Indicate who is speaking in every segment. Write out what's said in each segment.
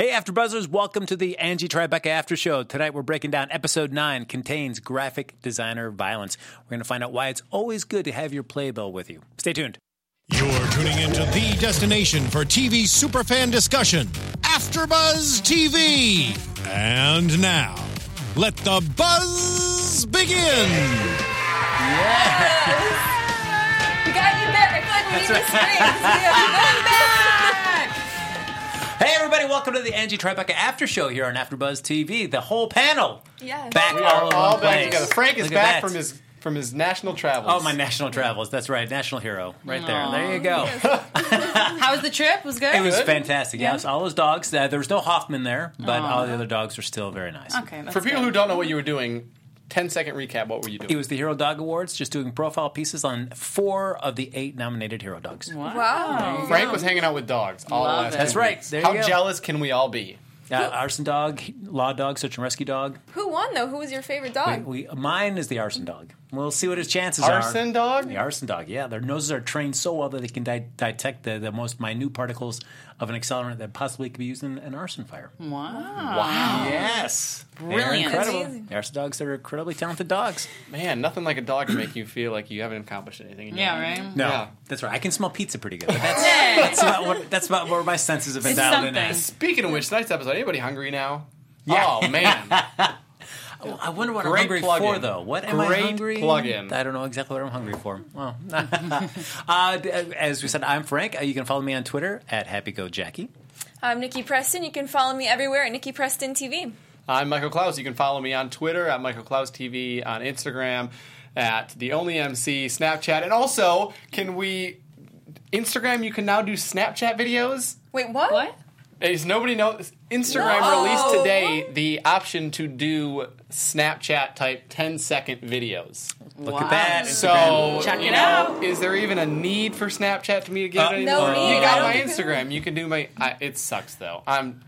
Speaker 1: Hey, After Buzzers, welcome to the Angie Tribeca After Show. Tonight we're breaking down episode nine, contains graphic designer violence. We're going to find out why it's always good to have your playbill with you. Stay tuned.
Speaker 2: You're tuning into the destination for TV superfan discussion, AfterBuzz TV. And now, let the buzz begin.
Speaker 3: We got you back. I feel like we need the strings. We have one back.
Speaker 1: Hey, everybody, welcome to the Angie Tribeca After Show here on AfterBuzz TV. The whole panel
Speaker 3: Yes.
Speaker 1: back
Speaker 3: We
Speaker 1: all in
Speaker 4: all
Speaker 1: one
Speaker 4: back
Speaker 1: place.
Speaker 4: together. Frank is
Speaker 1: Look at
Speaker 4: back
Speaker 1: that.
Speaker 4: from his from his national travels.
Speaker 1: Oh, my national travels. That's right, national hero, right there. There you go.
Speaker 3: How was the trip? Was good.
Speaker 1: It was fantastic. Yes, all those dogs. Uh, there was no Hoffman there, but all the other dogs were still very nice.
Speaker 3: Okay. That's
Speaker 4: For people
Speaker 3: good.
Speaker 4: who don't know what you were doing, 10 second recap. What were you doing?
Speaker 1: It was the Hero Dog Awards, just doing profile pieces on four of the eight nominated hero dogs.
Speaker 3: Wow.
Speaker 4: Frank was hanging out with dogs all
Speaker 3: Love
Speaker 4: last.
Speaker 3: it.
Speaker 1: That's
Speaker 4: two
Speaker 1: right.
Speaker 4: weeks.
Speaker 1: There
Speaker 4: How
Speaker 1: you go.
Speaker 4: jealous can we all be?
Speaker 1: Uh, arson dog, law dog, search and rescue dog.
Speaker 3: Who won though? Who was your favorite
Speaker 1: We,
Speaker 3: dog?
Speaker 1: we, mine is the arson dog. We'll see what his chances are.
Speaker 4: Arson dog?
Speaker 1: The arson dog, yeah. Their noses are trained so well that they can di- detect the, the most minute particles of an accelerant that possibly could be used in an arson fire.
Speaker 3: Wow.
Speaker 4: Wow.
Speaker 1: Yes.
Speaker 3: Brilliant.
Speaker 1: They're incredible.
Speaker 3: Amazing.
Speaker 1: The arson dogs are incredibly talented dogs.
Speaker 4: Man, nothing like a dog to make you feel like you haven't accomplished anything. in your
Speaker 3: Yeah.
Speaker 4: life.
Speaker 3: Right.
Speaker 1: No,
Speaker 4: Yeah.
Speaker 1: that's right. I can smell pizza pretty good. But that's,
Speaker 3: Hey.
Speaker 1: that's, about what, that's about where my senses have been
Speaker 3: It's
Speaker 1: dialed in
Speaker 3: something.
Speaker 1: at.
Speaker 4: Speaking of which, tonight's episode, anybody hungry now?
Speaker 1: Yeah.
Speaker 4: Oh, man.
Speaker 1: I wonder what
Speaker 4: Great
Speaker 1: I'm hungry
Speaker 4: plug-in.
Speaker 1: for, though. What am I
Speaker 4: Great
Speaker 1: hungry?
Speaker 4: plug-in.
Speaker 1: I don't know exactly what I'm hungry for. Well, uh, d- as we said, I'm Frank. Uh, You can follow me on Twitter at HappyGoJackie.
Speaker 3: I'm Nikki Preston. You can follow me everywhere at Nikki Preston TV.
Speaker 4: I'm Michael Klaus. You can follow me on Twitter at Michael Klaus TV, on Instagram at the Only MC, Snapchat, and also can we Instagram? You can now do Snapchat videos.
Speaker 3: Wait, what? What?
Speaker 4: Is nobody know? Instagram
Speaker 3: No.
Speaker 4: released today the option to do Snapchat type 10 second videos.
Speaker 1: Look at that.
Speaker 4: So
Speaker 3: Check
Speaker 4: you
Speaker 3: it
Speaker 4: know,
Speaker 3: out.
Speaker 4: Is there even a need for Snapchat to me to
Speaker 1: Uh,
Speaker 4: get it?
Speaker 1: No
Speaker 4: anymore?
Speaker 1: need.
Speaker 4: You
Speaker 1: I
Speaker 4: got
Speaker 1: don't
Speaker 4: my
Speaker 3: think so.
Speaker 4: Instagram. You can do my. I, it sucks though. I'm.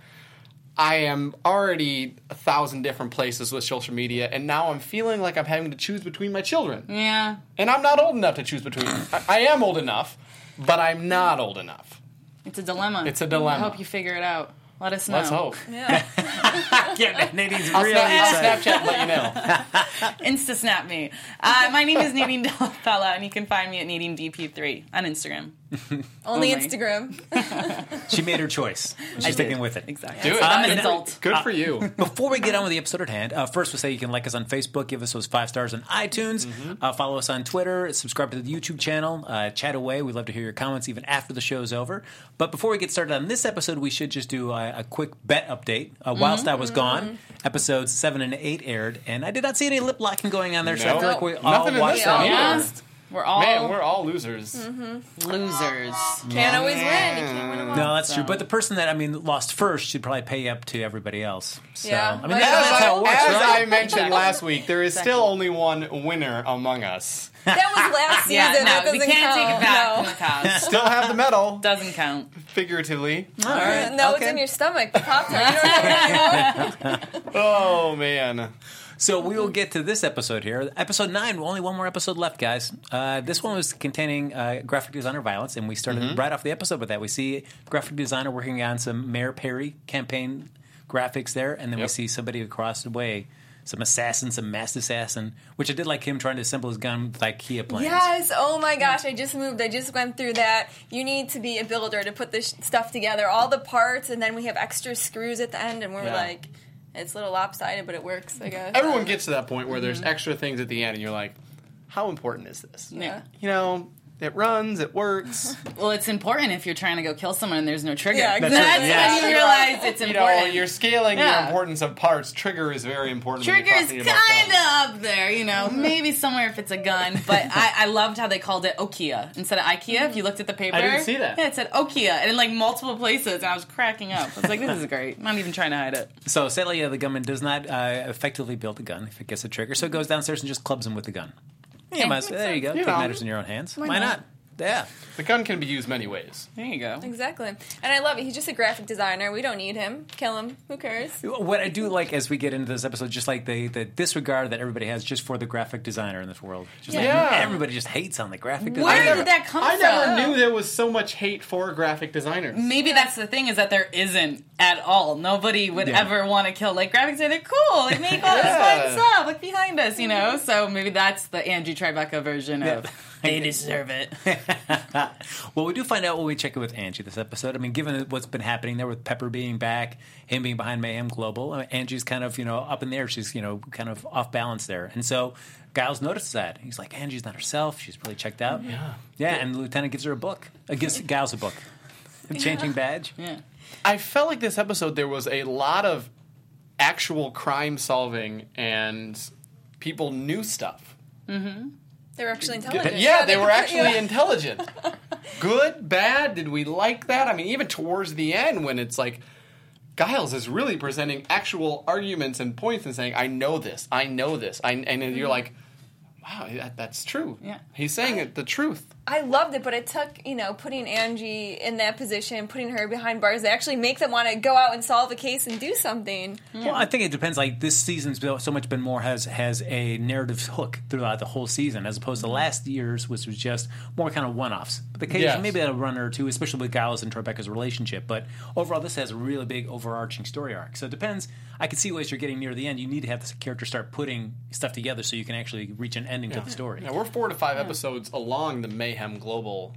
Speaker 4: I am already a thousand different places with social media, and now I'm feeling like I'm having to choose between my children.
Speaker 5: Mm.
Speaker 3: Yeah.
Speaker 4: And I'm not old enough to choose between. I, I am old enough, but I'm not old enough.
Speaker 5: It's a dilemma.
Speaker 4: It's a dilemma.
Speaker 5: I hope you figure it out. Let us know.
Speaker 4: Let's hope.
Speaker 1: yeah, Nadie's
Speaker 4: I'll,
Speaker 1: really
Speaker 4: snap, I'll
Speaker 1: excited.
Speaker 4: Snapchat and let you know.
Speaker 5: Insta snap me. Uh, my name is Nadine Delapella, and you can find me at Nadine DP3 on Instagram.
Speaker 3: Only
Speaker 5: Oh my.
Speaker 3: Instagram.
Speaker 1: She made her choice. She's sticking with it.
Speaker 5: Exactly.
Speaker 4: Do it.
Speaker 5: I'm
Speaker 1: Uh,
Speaker 5: an adult.
Speaker 4: Good for you.
Speaker 1: Before we get on with the episode at hand, uh, first we'll say you can like us on Facebook, give us those five stars on iTunes,
Speaker 4: Mm-hmm.
Speaker 1: uh, follow us on Twitter, subscribe to the YouTube channel, uh, chat away. We'd love to hear your comments even after the show's over. But before we get started on this episode, we should just do a, a quick bet update. Uh, whilst I was
Speaker 4: Mm-hmm.
Speaker 1: gone, episodes seven and eight aired, and I did not see any lip locking going on there, so I
Speaker 4: No.
Speaker 1: feel like we all
Speaker 4: Nothing in
Speaker 1: watched
Speaker 4: this
Speaker 1: that.
Speaker 4: one either.
Speaker 5: Yes. We're all Mm-hmm.
Speaker 4: Man, we're all losers.
Speaker 5: losers.
Speaker 3: Can't always win. You can't win them all.
Speaker 1: No, that's true. But the person that I mean lost first should probably pay up to everybody else. So
Speaker 3: Yeah.
Speaker 1: I mean
Speaker 3: Like-
Speaker 1: that-
Speaker 4: As,
Speaker 1: that's
Speaker 4: I,
Speaker 1: how it works,
Speaker 4: as
Speaker 1: right?
Speaker 4: I mentioned last week, there is still only one winner among us.
Speaker 3: That was last season.
Speaker 5: Yeah,
Speaker 3: that
Speaker 5: no,
Speaker 3: doesn't
Speaker 5: we can't
Speaker 3: count.
Speaker 5: take it back
Speaker 3: No.
Speaker 5: from the past.
Speaker 4: Still have the medal,
Speaker 5: Doesn't count.
Speaker 4: figuratively.
Speaker 1: All right.
Speaker 3: No,
Speaker 1: Okay.
Speaker 3: it's in your stomach. The pop tart. You don't know.
Speaker 4: Oh man,
Speaker 1: So we will get to this episode here. Episode nine, only one more episode left, guys. Uh, this one was containing uh, graphic designer violence, and we started right off the episode with that. We see graphic designer working on some Mayor Perry campaign graphics there, and then we
Speaker 4: Yep.
Speaker 1: see somebody across the way, some assassin, some masked assassin, which I did like him trying to assemble his gun with IKEA plans.
Speaker 3: Yes. Oh my gosh, I just moved. I just went through that. You need to be a builder to put this stuff together, all the parts, and then we have extra screws at the end, and we're
Speaker 4: Yeah.
Speaker 3: like, it's a little lopsided, but it works, I guess.
Speaker 4: everyone gets to that point where there's extra things at the end, and you're like, "How important is this?"
Speaker 5: Mm-hmm. Yeah.
Speaker 4: You know, it runs, it works.
Speaker 5: Well, it's important if you're trying to go kill someone and there's no trigger.
Speaker 3: Yeah,
Speaker 5: That's
Speaker 3: exactly.
Speaker 5: when you realize it's
Speaker 4: You know,
Speaker 5: important.
Speaker 4: you're scaling
Speaker 5: Yeah.
Speaker 4: your importance of parts. Trigger is very important. when you're
Speaker 5: Trigger's
Speaker 4: talking
Speaker 5: kind
Speaker 4: about guns.
Speaker 5: of up there, you know, maybe somewhere if it's a gun. But I, I loved how they called it Okia instead of IKEA. If you looked at the paper,
Speaker 4: Mm-hmm. I didn't see that.
Speaker 5: Yeah, it said Okia, and in like multiple places, and I was cracking up. I was like, "This is great." I'm not even trying to hide it.
Speaker 1: So sadly, uh, the gunman does not uh, effectively build the gun if it gets a trigger, so it goes downstairs and just clubs him with the gun. Yeah, might as- there you go. Take
Speaker 4: know.
Speaker 1: matters in your own hands. Why, not? Yeah.
Speaker 4: The gun can be used many ways.
Speaker 5: There you go.
Speaker 3: Exactly. And I love it. He's just a graphic designer. We don't need him. Kill him. Who cares?
Speaker 1: What I do like as we get into this episode, just like the, the disregard that everybody has just for the graphic designer in this world. Just like,
Speaker 4: Yeah.
Speaker 1: everybody just hates on the graphic
Speaker 5: Where
Speaker 1: designer.
Speaker 5: did that come
Speaker 4: I
Speaker 5: from?
Speaker 4: never knew there was so much hate for graphic designers.
Speaker 5: Maybe that's the thing is that there isn't at all. Nobody would
Speaker 1: Yeah.
Speaker 5: ever want to kill. Like graphics, they're cool. Like make us
Speaker 4: Yeah. Mm-hmm.
Speaker 5: fun stuff. Look behind us, you know. So maybe that's the Angie Tribeca version of they deserve it.
Speaker 1: Well, we do find out when we check in with Angie this episode. I mean, given what's been happening there with Pepper being back, him being behind Mayhem Global, I mean, Angie's kind of, you know, up in the air. She's, you know, kind of off balance there. And so Giles notices that. He's like, Angie's not herself. She's really checked out. Yeah. Yeah, and the lieutenant gives her a book. Uh, gives Giles a book. Changing badge.
Speaker 5: Yeah.
Speaker 4: I felt like this episode there was a lot of actual crime solving and people knew stuff.
Speaker 3: They were actually
Speaker 4: Yeah,
Speaker 3: intelligent.
Speaker 4: they were
Speaker 3: could-
Speaker 4: actually
Speaker 3: yeah.
Speaker 4: intelligent. Good, bad, did we like that? I mean, even towards the end when it's like Giles is really presenting actual arguments and points and saying, "I know this, I know this," I, and then you're like, "Wow, that, that's true."
Speaker 5: Yeah.
Speaker 4: he's saying it, the truth.
Speaker 3: I loved it, but it took, you know, putting Angie in that position, putting her behind bars, they actually make them want to go out and solve a case and do something.
Speaker 4: Oh,
Speaker 1: Well, I think it depends. Like this season's been- so much been more has has a narrative hook throughout the whole season, as opposed to
Speaker 5: Mm-hmm.
Speaker 1: last year's, which was just more kind of one offs. But occasionally,
Speaker 4: Yes.
Speaker 1: maybe a runner or two, especially with Giles and Tribeca's relationship. But overall, this has a really big overarching story arc. So it depends. I can see ways you're getting near the end. You need to have this character start putting stuff together so you can actually reach an ending to the story.
Speaker 4: Now we're four to five episodes along the Mayhem Global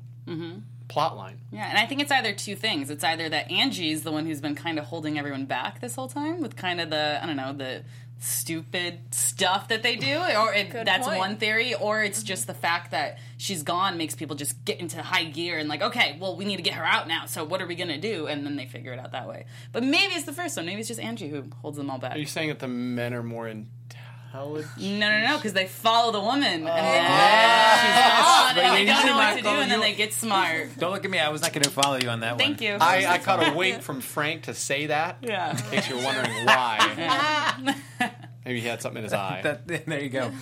Speaker 4: plot line.
Speaker 5: Yeah, and I think it's either two things. It's either that Angie's the one who's been kind of holding everyone back this whole time with kind of the I don't know the stupid stuff that they do, or it,
Speaker 3: Good
Speaker 5: that's
Speaker 3: point.
Speaker 5: one theory, or it's just the fact that she's gone makes people just get into high gear and like, okay, well we need to get her out now. So what are we gonna do? And then they figure it out that way. But maybe it's the first one. Maybe it's just Angie who holds them all back.
Speaker 4: Are you saying that the men are more intelligent?
Speaker 5: No, no, no, because they follow the woman and then she's gone, and
Speaker 1: Right,
Speaker 5: they don't know what to do,
Speaker 1: Michael,
Speaker 5: and then
Speaker 1: you-
Speaker 5: they get smart.
Speaker 1: Don't look at me. I was not going to follow you on that one.
Speaker 5: Thank you.
Speaker 4: I, I caught a wink from Frank to say that.
Speaker 5: yeah.
Speaker 4: In case you're wondering why. Maybe he had something in his eye.
Speaker 1: That, there you go.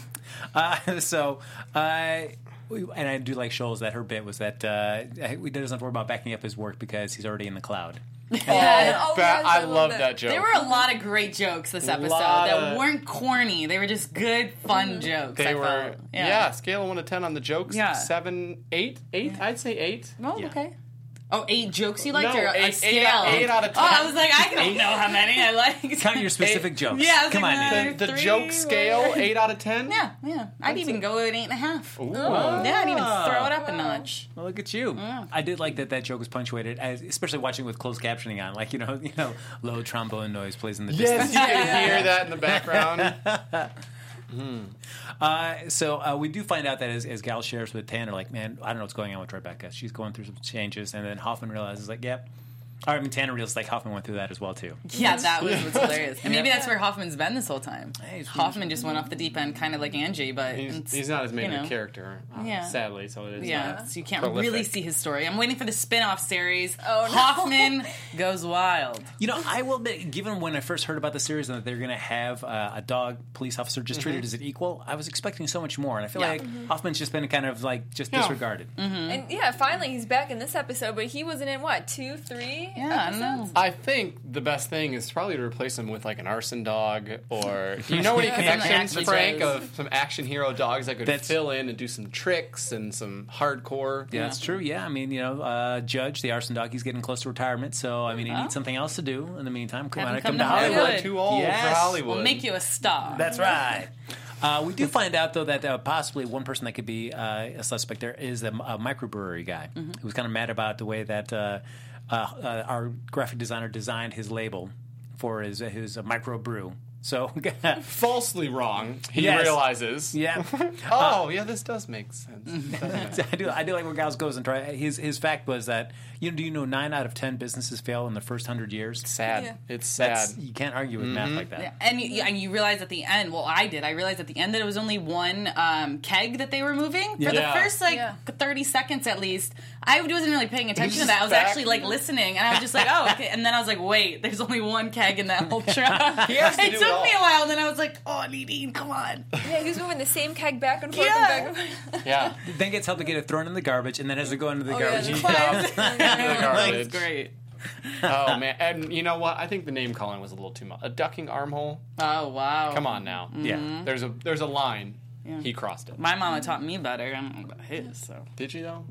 Speaker 1: Uh, so, uh, we- and I do like Shoals that her bit was that uh, he doesn't have to worry about backing up his work because he's already in the cloud.
Speaker 3: Yeah. Oh,
Speaker 4: That-
Speaker 3: yes,
Speaker 4: I
Speaker 3: love
Speaker 4: love that joke.
Speaker 5: There were a lot of great jokes this episode
Speaker 4: Lot
Speaker 5: that
Speaker 4: of-
Speaker 5: weren't corny. They were just good, fun jokes.
Speaker 4: they
Speaker 5: I
Speaker 4: were
Speaker 5: felt.
Speaker 4: yeah. scale of one to ten on the jokes.
Speaker 5: Yeah.
Speaker 4: Seven, eight, eight. I'd say eight.
Speaker 5: Oh,
Speaker 4: Yeah.
Speaker 5: okay. Oh, eight jokes you liked
Speaker 4: No,
Speaker 5: or
Speaker 4: eight-
Speaker 5: a
Speaker 4: eight
Speaker 5: scale?
Speaker 4: out- eight out of
Speaker 5: Oh, I
Speaker 4: ten.
Speaker 5: was like, I don't know how many I liked.
Speaker 1: Count your specific jokes.
Speaker 5: Yeah, I was
Speaker 1: come
Speaker 5: like,
Speaker 1: on.
Speaker 5: uh,
Speaker 1: Nathan.
Speaker 4: The, the
Speaker 5: Three
Speaker 4: joke
Speaker 5: were-
Speaker 4: scale, eight out of ten.
Speaker 5: yeah, yeah. I'd even go with an eight and a half.
Speaker 4: Ooh.
Speaker 5: Yeah, I'd even throw it up a notch.
Speaker 1: Well, look at you. I did like that that joke was punctuated, as, especially watching with closed captioning on. Like you know, you know, low trombone noise plays in the distance.
Speaker 4: Yes, you can hear that in the background.
Speaker 1: Uh, so uh, we do find out that as, as Gal shares with Tanner, like, man, I don't know what's going on with Rebecca. She's going through some changes, and then Hoffman realizes, like, yep. Or, I mean, Tanner realizes like Hoffman went through that as well too.
Speaker 5: Yeah, that was what's hilarious. And maybe that's where Hoffman's been this whole time.
Speaker 1: he's-
Speaker 5: Hoffman just went off the deep end, kind of like Angie, but
Speaker 4: He's,
Speaker 5: it's-
Speaker 4: he's not as main
Speaker 5: you
Speaker 4: of a
Speaker 5: know.
Speaker 4: character, uh,
Speaker 5: Yeah.
Speaker 4: sadly. So it is.
Speaker 5: Yeah,
Speaker 4: not-
Speaker 5: so you can't
Speaker 4: prolific.
Speaker 5: really see his story. I'm waiting for the spin-off series.
Speaker 3: Oh, no.
Speaker 5: Hoffman goes wild.
Speaker 1: You know, I will admit, given when I first heard about the series and that they're going to have uh, a dog police officer just treated as an equal, I was expecting so much more. And I feel
Speaker 5: Mm-hmm. Yeah. Mm-hmm.
Speaker 1: like Hoffman's just been kind of like just
Speaker 4: Yeah.
Speaker 1: disregarded.
Speaker 3: And yeah, finally he's back in this episode, but he wasn't in what, two, three?
Speaker 5: Yeah, I don't
Speaker 3: episodes?
Speaker 5: know.
Speaker 4: I think the best thing is probably to replace him with like an arson dog or do you know any connections,
Speaker 5: actually
Speaker 4: Frank,
Speaker 5: does.
Speaker 4: of some action hero dogs that could
Speaker 1: That's-
Speaker 4: fill in and do some tricks and some hardcore?
Speaker 1: Yeah, that's true. Yeah, I mean, you know, uh, Judge, the arson dog, he's getting close to retirement, so I mean, he
Speaker 5: Well.
Speaker 1: needs something else to do. In the meantime, come
Speaker 5: Have
Speaker 1: on,
Speaker 5: him
Speaker 1: come,
Speaker 5: come
Speaker 1: to
Speaker 5: to
Speaker 1: Hollywood.
Speaker 5: Hollywood.
Speaker 4: Hollywood too old
Speaker 1: Yes.
Speaker 4: for Hollywood.
Speaker 5: We'll make you a star.
Speaker 1: That's right. Uh, we do find out though that uh, possibly one person that could be uh, a suspect there is a, a microbrewery guy who was kind of mad about the way that uh, uh, uh, our graphic designer designed his label for his his uh, microbrew. So
Speaker 4: falsely wrong. He
Speaker 1: Yes.
Speaker 4: realizes.
Speaker 1: yeah, Uh,
Speaker 4: Oh, yeah, this does make sense.
Speaker 1: I do I do like when Giles goes and try. His his fact was that you know do you know nine out of ten businesses fail in the first hundred years.
Speaker 4: sad.
Speaker 3: Yeah.
Speaker 4: It's sad.
Speaker 1: That's, you can't argue with math like that.
Speaker 5: Yeah, And you, and you realize at the end, well, I did. I realized at the end that it was only one um, keg that they were moving for
Speaker 4: Yeah.
Speaker 5: the first like
Speaker 3: Yeah.
Speaker 5: thirty seconds at least. I wasn't really paying attention to
Speaker 4: just
Speaker 5: that. I was
Speaker 4: back-
Speaker 5: actually like listening, and I was just like, oh, okay. And then I was like, wait, there's only one keg in that whole truck.
Speaker 4: He has to
Speaker 5: it
Speaker 4: do
Speaker 5: took
Speaker 4: all.
Speaker 5: took me a while, and then I was like, oh, Nadine, come on.
Speaker 3: Yeah, he was moving the same keg back and forth
Speaker 5: Yeah.
Speaker 3: and back and forth.
Speaker 4: Yeah.
Speaker 1: Then gets helped to get it thrown in the garbage, and then has to go into the
Speaker 3: Oh, yeah,
Speaker 1: garbage.
Speaker 3: the
Speaker 4: The
Speaker 3: flies.
Speaker 5: That's
Speaker 4: garbage.
Speaker 5: great.
Speaker 4: Oh man, and you know what? I think the name calling was a little too much. A ducking armhole.
Speaker 5: Oh, wow.
Speaker 4: Come on now.
Speaker 5: Mm-hmm.
Speaker 1: Yeah.
Speaker 4: There's a there's a line. He crossed it.
Speaker 5: My mama taught me better. I don't know about his, so.
Speaker 4: Did you though?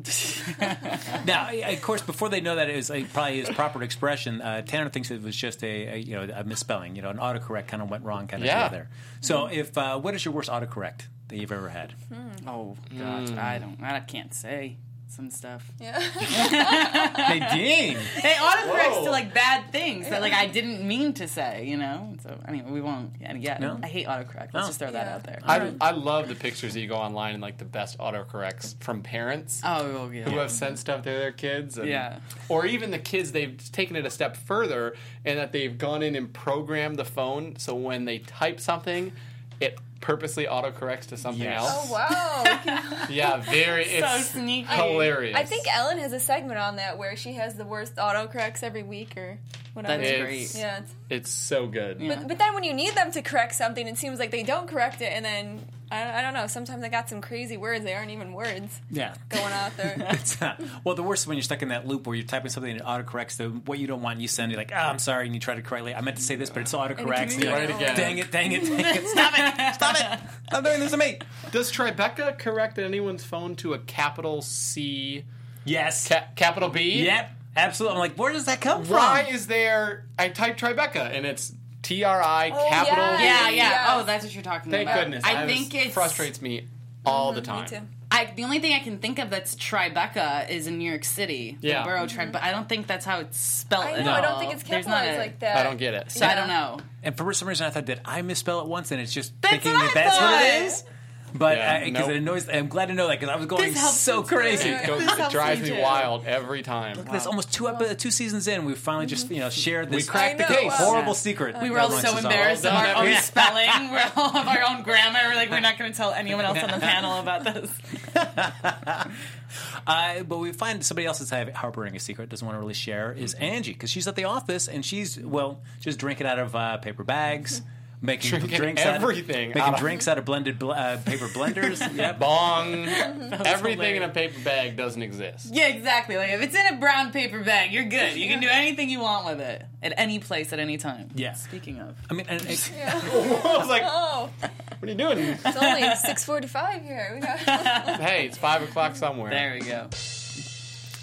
Speaker 1: Now, of course, before they know that it was like, probably his proper expression, uh, Tanner thinks it was just a, a you know a misspelling. You know, an autocorrect kind of went wrong, kind of
Speaker 4: Yeah.
Speaker 1: deal there. So, if uh, what is your worst autocorrect that you've ever had?
Speaker 5: Oh, gosh.
Speaker 4: Hmm.
Speaker 5: I don't, I can't say some stuff.
Speaker 1: hey, ding!
Speaker 5: They autocorrects
Speaker 4: Whoa.
Speaker 5: to like bad things that like I didn't mean to say, you know. So anyway, we won't. Yeah, yeah
Speaker 1: No?
Speaker 5: I hate autocorrect. Let's
Speaker 1: No.
Speaker 5: just throw that
Speaker 3: Yeah.
Speaker 5: out there.
Speaker 4: Oh. I, I love the pictures that you go online and like the best autocorrects from parents
Speaker 5: oh yeah.
Speaker 4: who have sent stuff to their kids. And,
Speaker 5: Yeah.
Speaker 4: Or even the kids, they've taken it a step further and that they've gone in and programmed the phone so when they type something, it purposely autocorrects to something
Speaker 1: Yes.
Speaker 4: else.
Speaker 3: Oh wow!
Speaker 4: Yeah, very.
Speaker 5: so
Speaker 4: It's
Speaker 5: sneaky.
Speaker 4: hilarious.
Speaker 3: I think Ellen has a segment on that where she has the worst autocorrects every week or whatever.
Speaker 5: That's
Speaker 4: It's-
Speaker 5: great.
Speaker 3: yeah. It's,
Speaker 4: it's so good.
Speaker 5: Yeah.
Speaker 3: but, but then when you need them to correct something, it seems like they don't correct it, and then I, I don't know. Sometimes they got some crazy words. They aren't even words
Speaker 1: Yeah.
Speaker 3: going out there.
Speaker 1: It's not- well, the worst is when you're stuck in that loop where you're typing something and it autocorrects to what you don't want. And you send it like, oh, I'm sorry, and you try to correctly. I meant to say this, but it's autocorrects.
Speaker 3: And it
Speaker 1: You're
Speaker 4: Right
Speaker 1: like,
Speaker 4: again.
Speaker 1: Dang it! Dang it! Dang it! Stop it! Stop it! Stop doing this to me.
Speaker 4: Does Tribeca correct anyone's phone to a capital C,
Speaker 1: Yes.
Speaker 4: ca- capital B?
Speaker 1: Yep. Absolutely. I'm like, where does that come from?
Speaker 4: Why is there? I typed Tribeca and it's T R I
Speaker 3: Oh,
Speaker 4: capital.
Speaker 3: yeah.
Speaker 5: yeah, yeah.
Speaker 3: Yes.
Speaker 5: Oh, that's what you're talking
Speaker 4: Thank
Speaker 5: about.
Speaker 4: goodness.
Speaker 5: I,
Speaker 4: was-
Speaker 5: think it
Speaker 4: frustrates me all the
Speaker 3: Me
Speaker 4: time.
Speaker 3: too.
Speaker 5: I, the only thing I can think of that's Tribeca is in New York City. the
Speaker 4: Yeah.
Speaker 5: borough Tribeca. I don't think that's how it's spelled.
Speaker 3: Mm-hmm. I
Speaker 5: at
Speaker 3: know. I
Speaker 5: all.
Speaker 3: don't think it's
Speaker 5: There's not
Speaker 3: capitalized
Speaker 5: a-
Speaker 3: like that.
Speaker 4: I don't get it.
Speaker 5: So I
Speaker 3: Yeah.
Speaker 5: don't know.
Speaker 1: And for some reason, I thought, did I misspell it once? And it's just
Speaker 5: That's
Speaker 1: thinking
Speaker 5: what
Speaker 1: that
Speaker 5: I
Speaker 1: that's what
Speaker 5: thought.
Speaker 1: it is. But
Speaker 4: Yeah,
Speaker 1: because
Speaker 4: nope.
Speaker 1: it annoys, I'm glad to know that because I was going
Speaker 5: This helps
Speaker 1: so
Speaker 5: me.
Speaker 1: crazy.
Speaker 4: It, goes,
Speaker 5: This
Speaker 4: it
Speaker 5: helps
Speaker 4: drives
Speaker 5: me
Speaker 4: me
Speaker 5: too.
Speaker 4: wild every time.
Speaker 1: That's almost two epi- two seasons in. We finally just you know shared
Speaker 4: We
Speaker 1: this
Speaker 4: cracked the
Speaker 3: I know,
Speaker 4: case.
Speaker 3: wow.
Speaker 1: horrible secret.
Speaker 5: We were all
Speaker 1: amongst
Speaker 5: so
Speaker 1: us
Speaker 5: embarrassed of
Speaker 4: Well
Speaker 5: our
Speaker 4: done,
Speaker 5: own
Speaker 4: everyone.
Speaker 5: spelling. We're all of our own grammar. We're like, we're not going to tell anyone else on the panel about this.
Speaker 1: Uh, but we find somebody else that's have- harboring a secret, doesn't want to really share, is
Speaker 4: Mm-hmm.
Speaker 1: Angie because she's at the office and she's well just drinking out of uh, paper bags, making
Speaker 4: Drinking
Speaker 1: drinks
Speaker 4: everything
Speaker 1: out of,
Speaker 4: out
Speaker 1: making
Speaker 4: of-
Speaker 1: drinks out of blended bl- uh, paper blenders. yep.
Speaker 4: Bong. Everything in a
Speaker 5: hilarious.
Speaker 4: paper bag doesn't exist.
Speaker 5: Yeah, exactly. Like if it's in a brown paper bag, you're good. You can do anything you want with it at any place at any time.
Speaker 1: Yeah.
Speaker 5: Speaking of,
Speaker 1: I mean, and it,
Speaker 4: I was like, what
Speaker 3: Oh,
Speaker 4: are you doing?
Speaker 3: it's only six forty-five here. We got
Speaker 4: hey, it's five o'clock somewhere.
Speaker 5: there we go.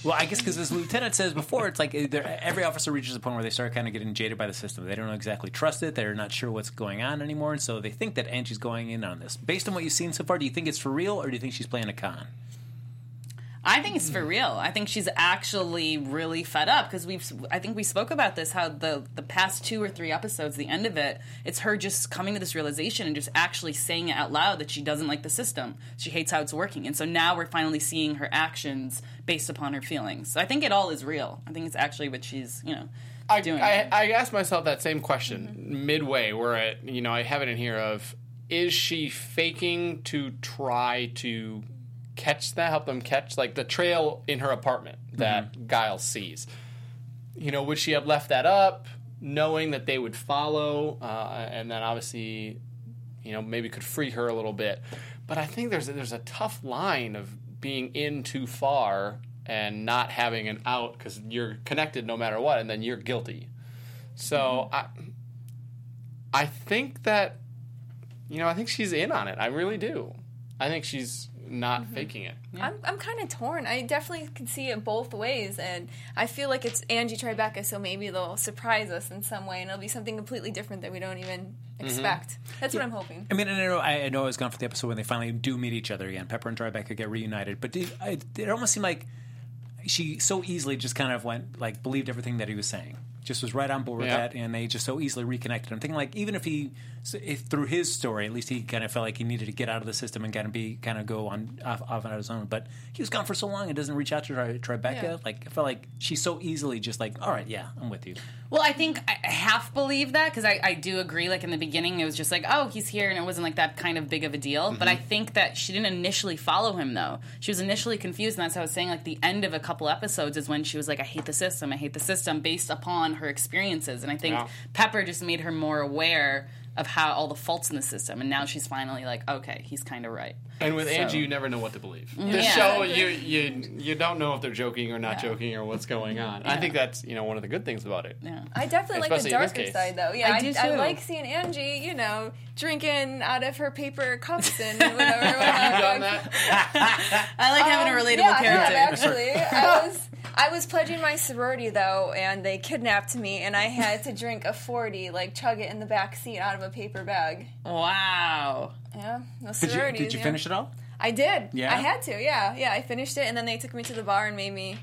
Speaker 1: Well, I guess because as Lieutenant says before, it's like they're- every officer reaches a point where they start kind of getting jaded by the system. They don't exactly trust it. They're not sure what's going on anymore, and so they think that Angie's going in on this. Based on what you've seen so far, do you think it's for real, or do you think she's playing a con?
Speaker 5: I think it's for real. I think she's actually really fed up because we've. I think we spoke about this how the the past two or three episodes, the end of it, it's her just coming to this realization and just actually saying it out loud that she doesn't like the system. She hates how it's working, and so now we're finally seeing her actions based upon her feelings. So I think it all is real. I think it's actually what she's you know
Speaker 4: I,
Speaker 5: doing.
Speaker 4: I, I asked myself that same question midway, where I, you know I have it in here of is she faking to try to catch that, help them catch like the trail in her apartment that Guile sees. You know, would she have left that up, knowing that they would follow, uh, and then obviously, you know, maybe could free her a little bit. But I think there's a, there's a tough line of being in too far and not having an out because you're connected no matter what, and then you're guilty.
Speaker 5: Mm-hmm.
Speaker 4: So I, I think that, you know, I think she's in on it. I really do. I think she's not
Speaker 5: Mm-hmm.
Speaker 4: faking it.
Speaker 3: I'm, I'm kind of torn. I definitely can see it both ways, and I feel like it's Angie Tribeca, so maybe they'll surprise us in some way, and it'll be something completely different that we don't even
Speaker 5: Mm-hmm.
Speaker 3: expect. That's what I'm hoping.
Speaker 1: I mean, I know I, I know I was gone for the episode when they finally do meet each other again. Pepper and Tribeca get reunited, but did, I, it almost seemed like she so easily just kind of went like believed everything that he was saying. Just was right on board with
Speaker 4: Yeah.
Speaker 1: that, and they just so easily reconnected. I'm thinking like even if he so if through his story, at least he kind of felt like he needed to get out of the system and kind of be kind of go on off, off on his own. But he was gone for so long, it doesn't reach out to Tri- Tribeca.
Speaker 3: Yeah.
Speaker 1: Like I felt like she so easily just like all right, yeah, I'm with you.
Speaker 5: Well, I think I I half believe that because I, I do agree. Like in the beginning, it was just like, oh, he's here, and it wasn't like that kind of big of a deal. But I think that she didn't initially follow him though. She was initially confused, and that's how I was saying. Like the end of a couple episodes is when she was like, I hate the system, I hate the system, based upon her experiences. And I think
Speaker 4: Yeah.
Speaker 5: Pepper just made her more aware of how all the faults in the system, and now she's finally like, okay, he's kind of right.
Speaker 4: And with
Speaker 5: So-
Speaker 4: Angie, you never know what to believe. The
Speaker 5: Mm-hmm. Yeah.
Speaker 4: show, you, you you don't know if they're joking or not joking or what's going on. I think that's you know one of the good things about it.
Speaker 5: Yeah.
Speaker 3: I definitely like the
Speaker 4: Especially in this
Speaker 3: darker
Speaker 4: case.
Speaker 3: side, though. Yeah,
Speaker 5: I
Speaker 3: I,
Speaker 5: do,
Speaker 3: I
Speaker 5: too.
Speaker 3: like seeing Angie, you know, drinking out of her paper cups and whatever. whatever.
Speaker 4: You done that?
Speaker 5: I like having a
Speaker 3: Um,
Speaker 5: relatable
Speaker 3: yeah, I
Speaker 5: character.
Speaker 3: have, actually, I was I was pledging my sorority though, and they kidnapped me, and I had to drink a forty, like chug it in the back seat out of a paper bag.
Speaker 5: Wow.
Speaker 3: Yeah, no
Speaker 1: Did you,
Speaker 3: sororities.
Speaker 1: did you
Speaker 3: yeah.
Speaker 1: finish it all?
Speaker 3: I did.
Speaker 1: Yeah?
Speaker 3: I had to. Yeah, yeah. I finished it, and then they took me to the bar and made me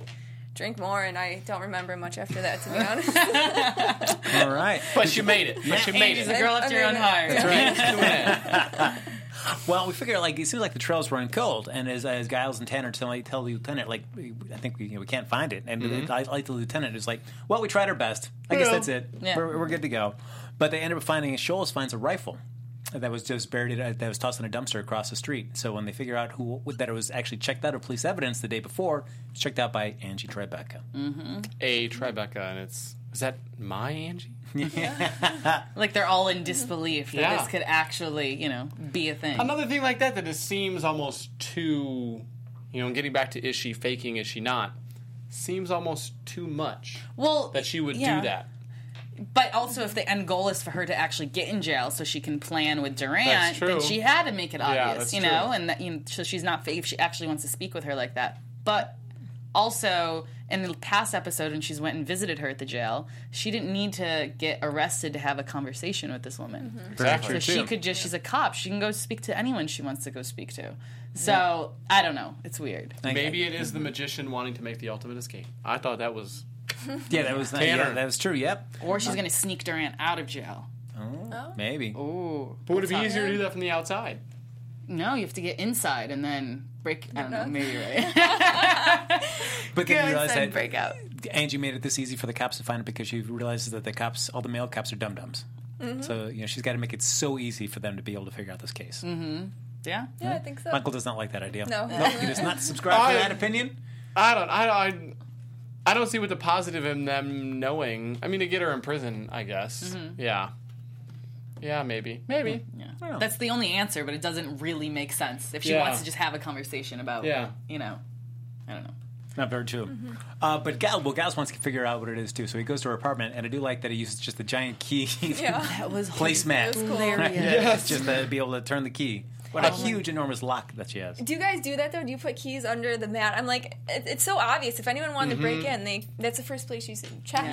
Speaker 3: drink more, and I don't remember much after that, to be honest.
Speaker 1: All right.
Speaker 4: But you made it. But you made
Speaker 5: Angie's a
Speaker 4: it.
Speaker 5: girl after your own heart.
Speaker 3: That's
Speaker 1: Well, we figured like it seems like the trails run cold, and as as Giles and Tanner tell, tell the lieutenant, like we- I think we, you know, we can't find it, and I like the lieutenant who's like, well, we tried our best. I guess
Speaker 4: Yeah.
Speaker 1: that's it.
Speaker 5: Yeah.
Speaker 1: We're, we're good to go. But they end up finding Shoals finds a rifle that was just buried uh, that was tossed in a dumpster across the street. So when they figure out who that it was actually checked out of police evidence the day before, it's checked out by Angie Tribeca.
Speaker 4: Mm. A Tribeca, and it's is that my Angie?
Speaker 5: Like they're all in disbelief that
Speaker 4: Yeah.
Speaker 5: this could actually, you know, be a thing.
Speaker 4: Another thing like that that just seems almost too, you know, getting back to is she faking, is she not? Seems almost too much
Speaker 5: well,
Speaker 4: that she would
Speaker 5: yeah.
Speaker 4: do that.
Speaker 5: But also, if the end goal is for her to actually get in jail so she can plan with Durant,
Speaker 4: That's true.
Speaker 5: then she had to make it obvious,
Speaker 4: that's
Speaker 5: you know,
Speaker 4: true.
Speaker 5: and that, you know, so she's not fake if she actually wants to speak with her like that. But also, in the past episode, when she's went and visited her at the jail, she didn't need to get arrested to have a conversation with this woman.
Speaker 4: Exactly.
Speaker 5: So she could just, she's a cop. She can go speak to anyone she wants to go speak to. So, I don't know. It's weird.
Speaker 4: Maybe it is the magician wanting to make the ultimate escape. I thought that was
Speaker 1: Yeah, that was uh, yeah,
Speaker 4: Tanner.
Speaker 1: that was true. Yep,
Speaker 5: Or she's going to sneak Durant out of jail.
Speaker 4: Oh.
Speaker 1: maybe.
Speaker 5: Ooh.
Speaker 4: But would it be easier to do that from the outside?
Speaker 5: No, you have to get inside and then break. I don't know. Maybe you're right.
Speaker 1: But then you realize that
Speaker 5: out.
Speaker 1: Angie made it this easy for the cops to find it because she realizes that the cops, all the male cops, are dum dums.
Speaker 3: Mm-hmm.
Speaker 1: So you know she's got to make it so easy for them to be able to figure out this case.
Speaker 5: Yeah.
Speaker 3: yeah, I think so.
Speaker 1: Michael does not like that idea.
Speaker 3: Mm-hmm. No.
Speaker 1: he does not subscribe
Speaker 4: I-
Speaker 1: to that opinion.
Speaker 4: I don't. I don't. I, I don't see what the positive in them knowing. I mean, to get her in prison, I guess. Yeah. Yeah, maybe. Maybe.
Speaker 1: I don't know.
Speaker 5: That's the only answer, but it doesn't really make sense if she
Speaker 4: Yeah.
Speaker 5: wants to just have a conversation about,
Speaker 4: Yeah.
Speaker 5: you know, I don't know.
Speaker 1: Not very true.
Speaker 3: Mm-hmm.
Speaker 1: Uh, but Gal, well, Gals wants to figure out what it is too. So he goes to her apartment, and I do like that he uses just the giant key
Speaker 3: yeah.
Speaker 5: That was
Speaker 1: placemat.
Speaker 3: It was cool. Um,
Speaker 1: Right?
Speaker 5: hilarious.
Speaker 1: just to be able to turn the key. What a huge, enormous lock that she has.
Speaker 3: Do you guys do that though? Do you put keys under the mat? I'm like, it, it's so obvious. If anyone wanted to break
Speaker 1: Mm-hmm.
Speaker 3: in, they that's the first place you should check.
Speaker 1: I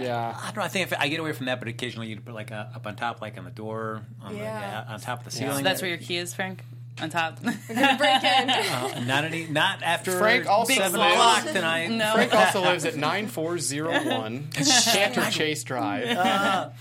Speaker 1: don't know. I think if I get away from that, but occasionally you'd put like uh, up on top, like on the door, on,
Speaker 3: Yeah.
Speaker 1: the, yeah, on top of the ceiling.
Speaker 5: So that's where your key is, Frank? On top?
Speaker 3: Break in.
Speaker 1: Not any. Not after
Speaker 4: Frank also
Speaker 1: seven
Speaker 4: lives-
Speaker 1: o'clock tonight.
Speaker 5: no.
Speaker 4: Frank also lives at 9401 Cantor Chase Drive.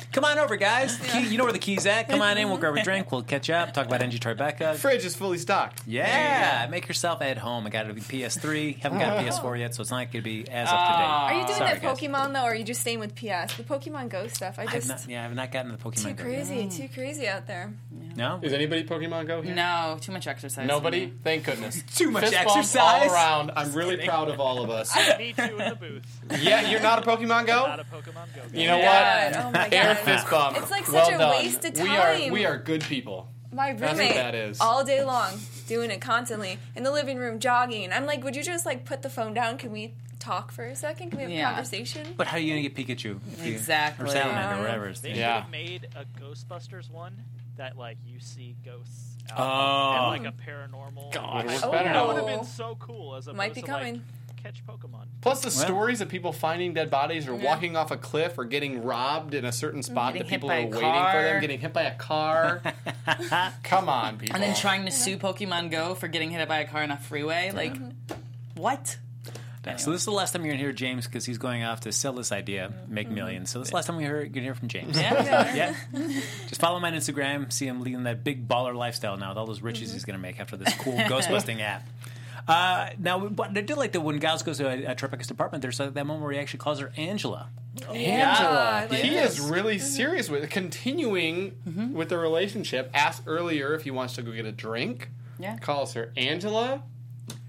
Speaker 1: Come on over, guys. Key- you know where the key's at. Come on in. We'll grab a drink. We'll catch up. Talk about Angie Tribeca.
Speaker 4: Fridge is fully stocked.
Speaker 1: yeah, make yourself at home. I got it. PS3. Haven't got a PS4 yet, so it's not going to be as up to date.
Speaker 3: Ah. Are you doing
Speaker 1: Uh, Sorry,
Speaker 3: that
Speaker 1: guys.
Speaker 3: Pokemon though, or are you just staying with PS? The Pokemon Go stuff. I
Speaker 1: I've
Speaker 3: just
Speaker 1: not, yeah, I've not gotten to the Pokemon
Speaker 3: too
Speaker 1: Go yet.
Speaker 3: crazy, too crazy out there.
Speaker 1: No,
Speaker 4: Is anybody Pokemon Go here?
Speaker 5: no, too much exercise.
Speaker 4: Nobody? Thank goodness.
Speaker 1: too much
Speaker 4: Fist bumps
Speaker 1: exercise.
Speaker 4: all around. I'm really proud of all of us.
Speaker 6: Me too in the booth.
Speaker 4: Yeah, you're not a Pokemon Go?
Speaker 6: Not a Pokemon Go.
Speaker 4: You know
Speaker 3: God,
Speaker 4: what?
Speaker 3: oh my
Speaker 4: Air
Speaker 3: God.
Speaker 4: fist bump.
Speaker 3: It's like such
Speaker 4: well
Speaker 3: a
Speaker 4: done.
Speaker 3: waste of
Speaker 4: We are
Speaker 3: time.
Speaker 4: we are good people.
Speaker 3: My
Speaker 4: what
Speaker 3: roommate
Speaker 4: that is.
Speaker 3: all day long doing it constantly in the living room jogging. I'm like, would you just like put the phone down? Can we talk for a second? Can we have a
Speaker 5: Yeah.
Speaker 3: conversation?
Speaker 1: But how are you going to get Pikachu? If you-
Speaker 5: Exactly.
Speaker 1: Or Salamander,
Speaker 3: Yeah.
Speaker 1: whatever. It's
Speaker 6: They
Speaker 1: yeah.
Speaker 4: Yeah.
Speaker 6: should have made a Ghostbusters one that like you see ghosts out
Speaker 1: Oh.
Speaker 6: and like a paranormal.
Speaker 4: God,
Speaker 6: like,
Speaker 4: it worked better.
Speaker 6: that would have
Speaker 3: Oh.
Speaker 6: been so cool as opposed
Speaker 3: Might be
Speaker 6: to
Speaker 3: coming.
Speaker 6: like catch Pokemon.
Speaker 4: Plus the
Speaker 1: Well-
Speaker 4: stories of people finding dead bodies or walking off a cliff or getting robbed in a certain spot
Speaker 5: Getting
Speaker 4: that
Speaker 5: hit
Speaker 4: people
Speaker 5: by
Speaker 4: are
Speaker 5: a
Speaker 4: waiting for
Speaker 5: car.
Speaker 4: them, getting hit by a car. Come on, people.
Speaker 5: And then trying to sue Pokemon Go for getting hit by a car on a freeway. Like, what?
Speaker 1: So this is the last time you're going to hear James because he's going off to sell this idea, make millions. So this is the last time we hear, you're going to hear from James.
Speaker 5: Yeah.
Speaker 1: yeah. Just follow him on Instagram. See him leading that big baller lifestyle now with all those riches he's going to make after this cool ghost busting app. Uh, now, but I did like that when Giles goes to a, a Tropica's department, there's like that moment where he actually calls her Angela.
Speaker 4: Angela,
Speaker 3: I like
Speaker 4: he
Speaker 3: this.
Speaker 4: is really serious with continuing
Speaker 5: Mm-hmm.
Speaker 4: with the relationship. Asked earlier if he wants to go get a drink.
Speaker 5: Yeah.
Speaker 4: Calls her Angela.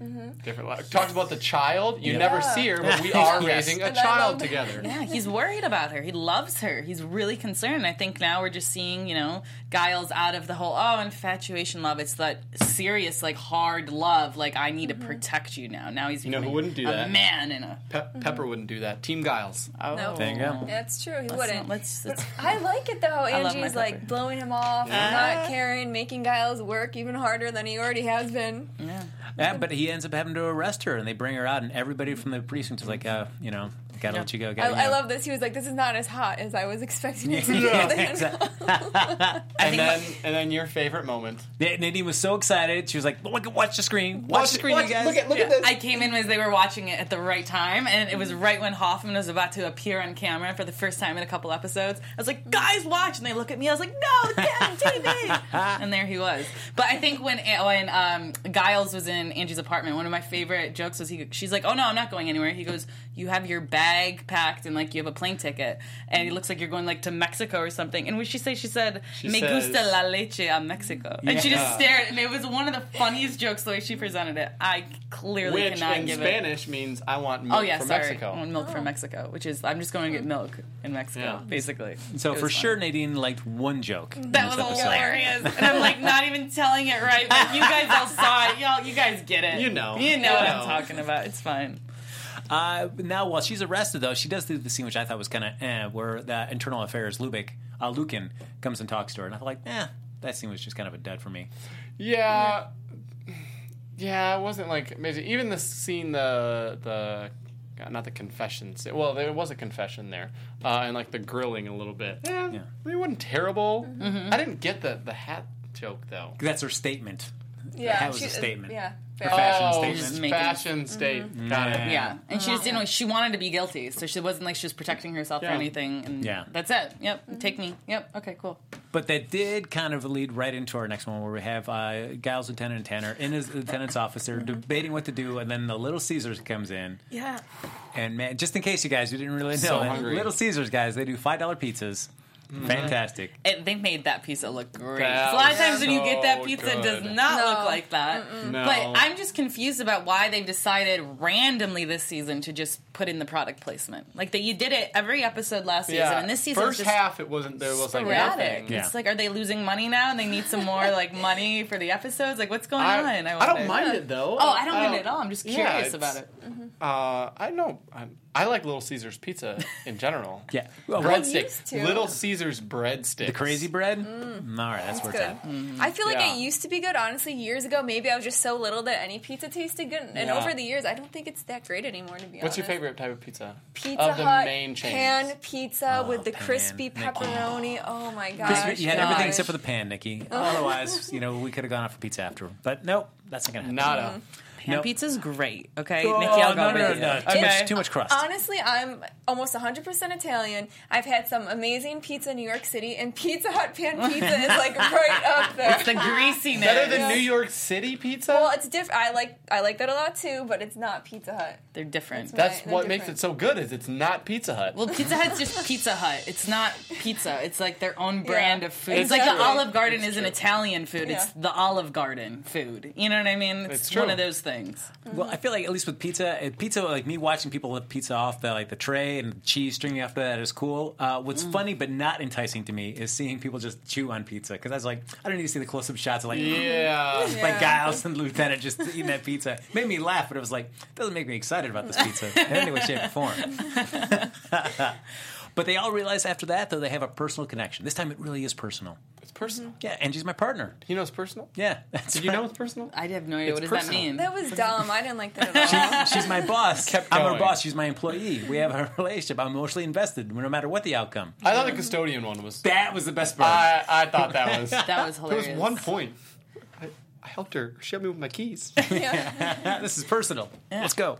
Speaker 3: Mm-hmm.
Speaker 4: Different life. Talks about the child. You
Speaker 1: Yeah.
Speaker 4: never
Speaker 3: Yeah.
Speaker 4: see her, but we are
Speaker 1: Yes.
Speaker 4: raising a
Speaker 3: And I
Speaker 4: child
Speaker 3: love-
Speaker 4: together.
Speaker 5: Yeah, he's worried about her. He loves her. He's really concerned. I think now we're just seeing, you know, Giles out of the whole oh infatuation love. It's that serious, like hard love. Like I need
Speaker 1: Mm-hmm.
Speaker 5: to protect you now. Now he's
Speaker 4: know who
Speaker 5: becoming
Speaker 4: wouldn't do
Speaker 5: a
Speaker 4: that?
Speaker 5: man and a
Speaker 4: Pe-
Speaker 3: Mm-hmm.
Speaker 4: Pepper wouldn't do that. Team Giles.
Speaker 5: oh.
Speaker 3: No.
Speaker 1: There you go.
Speaker 3: That's true. He
Speaker 5: Let's,
Speaker 3: wouldn't.
Speaker 5: not- let's, let's
Speaker 3: I like it though.
Speaker 5: love
Speaker 3: Angie's
Speaker 5: my
Speaker 3: like
Speaker 5: pepper.
Speaker 3: blowing him off, not caring, making Giles work even harder than he already has been.
Speaker 1: Yeah, but he ends up having to arrest her, and they bring her out, and everybody from the precinct is like, uh, you know, gotta let you go.
Speaker 3: I,
Speaker 1: Gotta,
Speaker 3: I love this. He was like, "This is not as hot as I was expecting it to be."
Speaker 4: And then, and then your favorite moment.
Speaker 1: Yeah, Nadine was so excited. She was like, "Look, watch the screen, watch, the screen, you guys."
Speaker 4: Look at, look at this.
Speaker 5: I came in as they were watching it at the right time, and it was right when Hoffman was about to appear on camera for the first time in a couple episodes. I was like, "Guys, watch!" And they look at me. I was like, "No, damn TV!" and there he was. But I think when when um, Giles was in Angie's apartment, one of my favorite jokes was he. She's like, "Oh no, I'm not going anywhere." He goes, "You have your bag packed, and like you have a plane ticket, and it looks like you're going like to Mexico or something." And what she say? She said, "Me
Speaker 4: says-
Speaker 5: gusta la leche a Mexico," and she just stared. And it was one of the funniest jokes the way she presented it. I clearly
Speaker 4: Which
Speaker 5: cannot
Speaker 4: in
Speaker 5: give it.
Speaker 4: Spanish means I want milk
Speaker 5: Oh yeah,
Speaker 4: from
Speaker 5: sorry.
Speaker 4: Mexico.
Speaker 5: I want milk from Mexico, which is I'm just going to get milk in Mexico,
Speaker 4: Yeah.
Speaker 5: basically.
Speaker 1: So
Speaker 5: It
Speaker 1: for
Speaker 5: was fun.
Speaker 1: sure, Nadine liked one joke. in
Speaker 5: That
Speaker 1: this
Speaker 5: was
Speaker 1: episode.
Speaker 5: hilarious, and I'm like not even telling it right, but you guys all saw it. Y'all, you guys get it.
Speaker 4: You know.
Speaker 5: Mm. you know what I'm
Speaker 4: know.
Speaker 5: talking about. It's fine.
Speaker 1: Uh, now, while she's arrested, though, she does do the scene which I thought was kind of eh, where the internal affairs Lubick, uh, Lucan comes and talks to her, and I thought like, eh, that scene was just kind of a dud for me.
Speaker 4: Yeah, yeah, it wasn't like amazing. Even the scene, the the God, not the confession. scene- Well, there was a confession there, uh, and like the grilling a little bit. Yeah, it wasn't terrible.
Speaker 5: Mm-hmm.
Speaker 4: I didn't get the the hat joke though.
Speaker 1: That's her statement.
Speaker 3: yeah,
Speaker 1: That was a
Speaker 3: she-
Speaker 1: statement.
Speaker 3: Yeah,
Speaker 1: Fashion
Speaker 4: oh,
Speaker 1: statement.
Speaker 5: Just making- mm-hmm.
Speaker 4: fashion state. Got it.
Speaker 5: Yeah, and she just didn't. know She wanted to be guilty, so she wasn't like she was protecting herself or
Speaker 4: Yeah.
Speaker 5: anything. And
Speaker 1: Yeah.
Speaker 5: that's it. Yep, take me. Yep, okay, cool.
Speaker 1: But that did kind of lead right into our next one, where we have uh, Giles Lieutenant and Tanner in his lieutenant's office. They're debating what to do, and then the Little Caesars comes in.
Speaker 3: yeah.
Speaker 1: And man, just in case you guys you didn't really know,
Speaker 4: So
Speaker 1: and
Speaker 4: hungry. Mm-hmm.
Speaker 1: Little Caesars guys, they do five dollar pizzas. Fantastic.
Speaker 5: It, they made that pizza look great.
Speaker 4: That
Speaker 5: a lot
Speaker 4: was
Speaker 5: of times when you get that
Speaker 4: so
Speaker 5: pizza, it does
Speaker 4: good.
Speaker 5: not
Speaker 3: No.
Speaker 5: look like that.
Speaker 4: No.
Speaker 5: Mm, But I'm just confused about why they've decided randomly this season to just put in the product placement. Like that, you did it every episode last season, and this season
Speaker 4: first
Speaker 5: it's just
Speaker 4: half it wasn't. There was like
Speaker 5: sporadic.
Speaker 4: nothing.
Speaker 1: Yeah.
Speaker 5: It's like, are they losing money now, and they need some more like money for the episodes? Like, what's going
Speaker 4: I,
Speaker 5: on?
Speaker 4: I don't
Speaker 5: wonder.
Speaker 4: mind it though. Um,
Speaker 5: Oh, I don't mind it at all. I'm just
Speaker 4: yeah,
Speaker 5: curious
Speaker 4: it's-
Speaker 5: about it.
Speaker 4: Uh, I know. I'm, I like Little Caesars pizza in general.
Speaker 1: Yeah. Well,
Speaker 3: used
Speaker 4: breadsticks.
Speaker 3: to.
Speaker 4: Little Caesars breadsticks.
Speaker 1: The crazy bread? Mm. All right, that's where
Speaker 3: It's
Speaker 1: it's
Speaker 3: good.
Speaker 1: at.
Speaker 3: I feel like
Speaker 4: Yeah.
Speaker 3: it used to be good, honestly. Years ago, maybe I was just so little that any pizza tasted good, and
Speaker 4: Yeah.
Speaker 3: over the years, I don't think it's that great anymore. To be honest,
Speaker 4: What's your favorite type of pizza?
Speaker 3: Pizza
Speaker 4: of the
Speaker 3: Hut
Speaker 4: main chains.
Speaker 3: pan pizza with the
Speaker 1: pan.
Speaker 3: crispy
Speaker 1: Nick-
Speaker 3: pepperoni. Oh, my
Speaker 1: Crispy-
Speaker 3: gosh!
Speaker 1: you had
Speaker 5: gosh.
Speaker 1: everything except for the pan, Nikki. Otherwise, you know, we could have gone out for pizza after. But nope, that's not going to happen.
Speaker 4: Nada.
Speaker 5: Pan
Speaker 1: Nope.
Speaker 5: pizza's great. Okay,
Speaker 1: Oh,
Speaker 5: Nikki, I'll
Speaker 1: no,
Speaker 5: go
Speaker 1: no,
Speaker 5: with
Speaker 1: no, no.
Speaker 5: you.
Speaker 1: Too,
Speaker 5: Okay.
Speaker 1: much, too much crust.
Speaker 3: Honestly, I'm almost 100% Italian. I've had some amazing pizza in New York City, and Pizza Hut pan pizza is like right up there.
Speaker 5: The greasiness.
Speaker 4: Better than New York City pizza?
Speaker 3: well, it's different. I like I like that a lot too, but it's not Pizza Hut.
Speaker 5: They're different.
Speaker 4: That's
Speaker 3: Right, they're
Speaker 4: what makes
Speaker 3: different.
Speaker 4: it so good is it's not Pizza Hut.
Speaker 5: Well, Pizza Hut's just Pizza Hut. It's not pizza. It's like their own brand
Speaker 3: Yeah.
Speaker 5: of food. It's, like the
Speaker 3: Exactly.
Speaker 5: Olive Garden is an Italian food. It's
Speaker 3: Yeah.
Speaker 5: the Olive Garden food. You know what I mean? It's,
Speaker 4: It's true.
Speaker 5: one of those things.
Speaker 1: Well, I feel like at least with pizza, uh, pizza like me watching people lift pizza off the like the tray and cheese stringing after that is cool. Uh, what's funny but not enticing to me is seeing people just chew on pizza because I was like, I don't need to see the close up shots of like
Speaker 4: yeah.
Speaker 3: mm-hmm.
Speaker 1: like Giles and Lieutenant just eating that pizza. Made me laugh, but it was like doesn't make me excited about this pizza in any way, shape, or form. but they all realize after that though they have a personal connection. This time it really is personal.
Speaker 4: It's personal.
Speaker 1: Yeah, Angie's my partner.
Speaker 4: You know it's personal?
Speaker 1: Yeah, that's
Speaker 4: Did you
Speaker 1: right.
Speaker 4: know it's personal?
Speaker 5: I have no idea
Speaker 4: It's
Speaker 5: what does
Speaker 4: personal.
Speaker 5: that mean.
Speaker 3: That was dumb. I didn't like that at all.
Speaker 1: She's my boss. I'm her
Speaker 4: going.
Speaker 1: boss. She's my employee. We have a relationship. I'm emotionally invested, no matter what the outcome.
Speaker 4: I thought the custodian one was.
Speaker 1: That was the best part.
Speaker 4: I, I thought that was. there
Speaker 5: that was
Speaker 4: was
Speaker 5: hilarious.
Speaker 4: one point. I, I helped her. She helped me with my keys.
Speaker 1: this is personal. Let's go.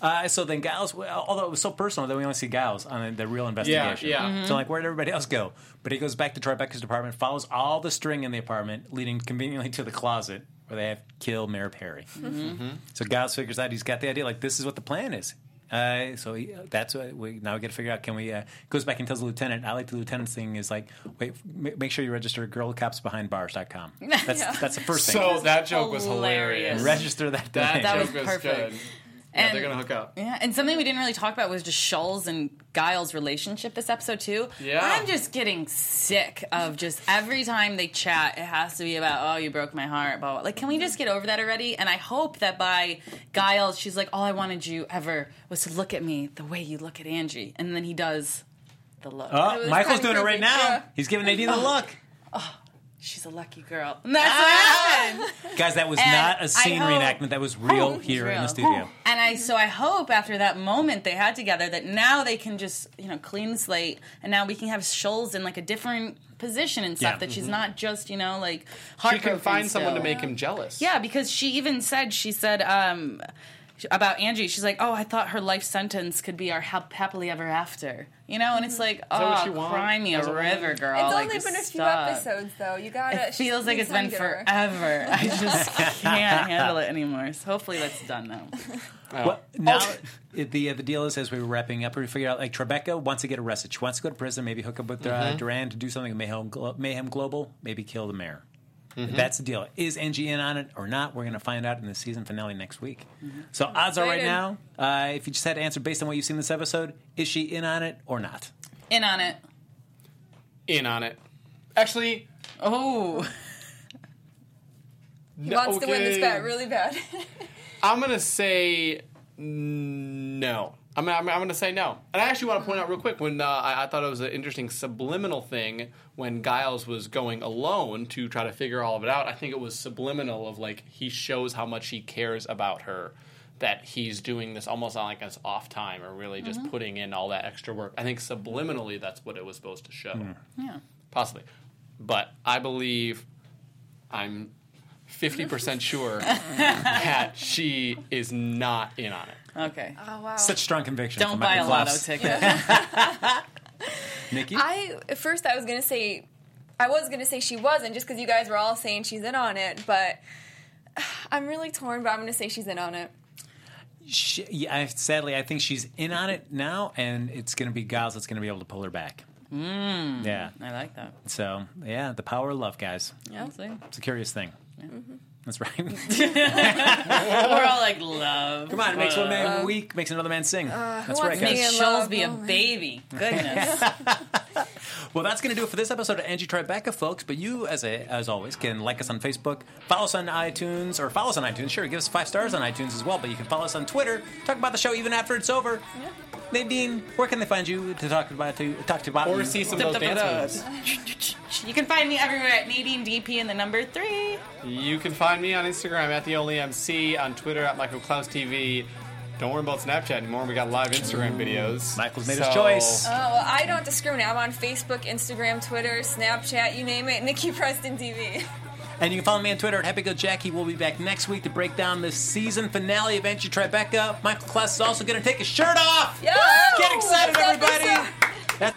Speaker 1: Uh, so then Giles, well, although it was so personal, then we only see Giles on the real investigation.
Speaker 4: yeah.
Speaker 1: So like, where'd everybody else go? But he goes back to Tribeca's department, follows all the string in the apartment, leading conveniently to the closet
Speaker 4: Mm-hmm.
Speaker 1: where they have kill Mayor Perry. So Giles figures out he's got the idea. Like this is what the plan is. Uh, so he, that's what we now we got to figure out. Can we? Uh, goes back and tells the lieutenant. I like the lieutenant's thing is like, wait, m- make sure you register girlcopsbehindbars.com. That's that's the first thing.
Speaker 4: So that joke was
Speaker 5: hilarious.
Speaker 4: hilarious.
Speaker 1: register that. domain.
Speaker 4: That,
Speaker 5: That was
Speaker 4: joke was,
Speaker 5: perfect.
Speaker 4: good. Yeah,
Speaker 5: And-
Speaker 4: they're gonna hook up.
Speaker 5: Yeah, and something we didn't really talk about was just Shoal's and Giles' relationship this episode too.
Speaker 4: Yeah.
Speaker 5: I'm just getting sick of just every time they chat, it has to be about oh you broke my heart, blah blah. Like, can we just get over that already? And I hope that by Giles, she's like, all I wanted you ever was to look at me the way you look at Angie, and then he does the look.
Speaker 1: Oh,
Speaker 3: It was
Speaker 1: Michael's
Speaker 3: kinda
Speaker 1: doing it right
Speaker 3: creepy,
Speaker 1: now.
Speaker 3: yeah.
Speaker 1: He's giving Nadine the look.
Speaker 5: She's a lucky girl. And that's what happened.
Speaker 1: Guys, that was
Speaker 5: And
Speaker 1: not
Speaker 5: I
Speaker 1: a scene
Speaker 5: hope-
Speaker 1: reenactment. That was Oh, real here in the
Speaker 5: Real.
Speaker 1: studio.
Speaker 5: Oh,
Speaker 3: Oh.
Speaker 5: And I so I hope after that moment they had together that now they can just you know clean slate and now we can have Shoals in like a different position and stuff
Speaker 1: Yeah.
Speaker 5: that she's not just you know like
Speaker 4: Mm-hmm. She
Speaker 5: heartbroken.
Speaker 4: can find someone to
Speaker 5: still.
Speaker 4: make him jealous.
Speaker 5: Yeah, because she even said she said um, about Angie. She's like, oh, I thought her life sentence could be our hap- happily ever after. You know, and it's like,
Speaker 4: what
Speaker 5: oh,
Speaker 4: you want
Speaker 5: cry me
Speaker 4: as
Speaker 5: a
Speaker 4: a woman?
Speaker 5: river, girl.
Speaker 3: Mm-hmm. It's
Speaker 5: like,
Speaker 3: only been a few
Speaker 5: stop.
Speaker 3: episodes though. You gotta.
Speaker 5: It feels like
Speaker 3: she's
Speaker 5: it's been
Speaker 3: gotta get over it.
Speaker 5: forever. I just can't handle it anymore. So hopefully that's done now.
Speaker 1: What, now, it- the uh, the deal is as we were wrapping up, we figured out like Tribeca wants to get arrested. She wants to go to prison, maybe hook up with uh, Duran to do something with Mayhem, Glo- Mayhem Global, maybe kill the mayor. That's the deal. Is NG in on it or not? We're going to find out in the season finale next week. So odds are right
Speaker 3: excited.
Speaker 1: now, uh, if you just had to answer based on what you've seen this episode, is she in on it or not?
Speaker 5: In on it.
Speaker 4: In on it. Actually,
Speaker 5: Oh,
Speaker 3: He wants to win this
Speaker 4: okay.
Speaker 3: bet really bad.
Speaker 4: I'm gonna say no. I'm, I'm, I'm gonna say no. And I actually want to point out real quick when uh, I, I thought it was an interesting subliminal thing when Giles was going alone to try to figure all of it out. I think it was subliminal of like he shows how much he cares about her. That he's doing this almost on like his off time, or really just putting in all that extra work. I think subliminally, that's what it was supposed to show
Speaker 5: yeah.
Speaker 4: possibly. But I believe I'm 50% sure that she is not in on it.
Speaker 5: Okay.
Speaker 3: oh wow.
Speaker 1: Such strong conviction.
Speaker 5: Don't
Speaker 1: from
Speaker 5: buy a
Speaker 1: Michael
Speaker 5: lotto
Speaker 1: Klaus.
Speaker 5: ticket.
Speaker 1: Nikki.
Speaker 3: I at first I was gonna say, I was gonna say she wasn't just because you guys were all saying she's in on it, but I'm really torn. But I'm gonna say she's in on it.
Speaker 1: She, yeah, I, sadly, I think she's in on it now, and it's going to be Giles that's going to be able to pull her back. Mm. Yeah.
Speaker 5: I like that.
Speaker 1: So, yeah, the power of love, guys.
Speaker 5: See?
Speaker 1: It's a curious thing. That's right.
Speaker 5: We're all like love.
Speaker 1: Come on, it makes one man weak, makes another man sing. that's
Speaker 3: Uh, who
Speaker 1: right,
Speaker 3: wants me
Speaker 1: guys.
Speaker 3: in-
Speaker 5: Shoals
Speaker 3: love,
Speaker 5: be a
Speaker 3: oh my-
Speaker 5: baby. Goodness.
Speaker 1: Well, that's going to do it for this episode of Angie Tribeca, folks. But you, as a, as always, can like us on Facebook, follow us on iTunes, or follow us on iTunes. Sure, give us five stars on iTunes as well. But you can follow us on Twitter. Talk about the show even after it's over. Nadine, where can they find you to talk about to talk to about
Speaker 4: Or see some of those
Speaker 3: Uh,
Speaker 4: dance moves.
Speaker 5: you can find me everywhere at Nadine DP and the number three.
Speaker 4: You can find me on Instagram at the only MC, on Twitter at Michael Klaus TV. Don't worry about Snapchat anymore. We got live Instagram videos.
Speaker 1: Michael's made his choice.
Speaker 3: Oh well, I don't discriminate. I'm on Facebook, Instagram, Twitter, Snapchat, you name it. Nikki Preston TV.
Speaker 1: And you can follow me on Twitter at Happy Go Jackie. We'll be back next week to break down the season finale of Entry Tribeca. Michael Klaus is also going to take his shirt off.
Speaker 3: Yeah,
Speaker 1: Get excited,
Speaker 3: Let's go,
Speaker 1: everybody.
Speaker 3: let's go.
Speaker 1: That's-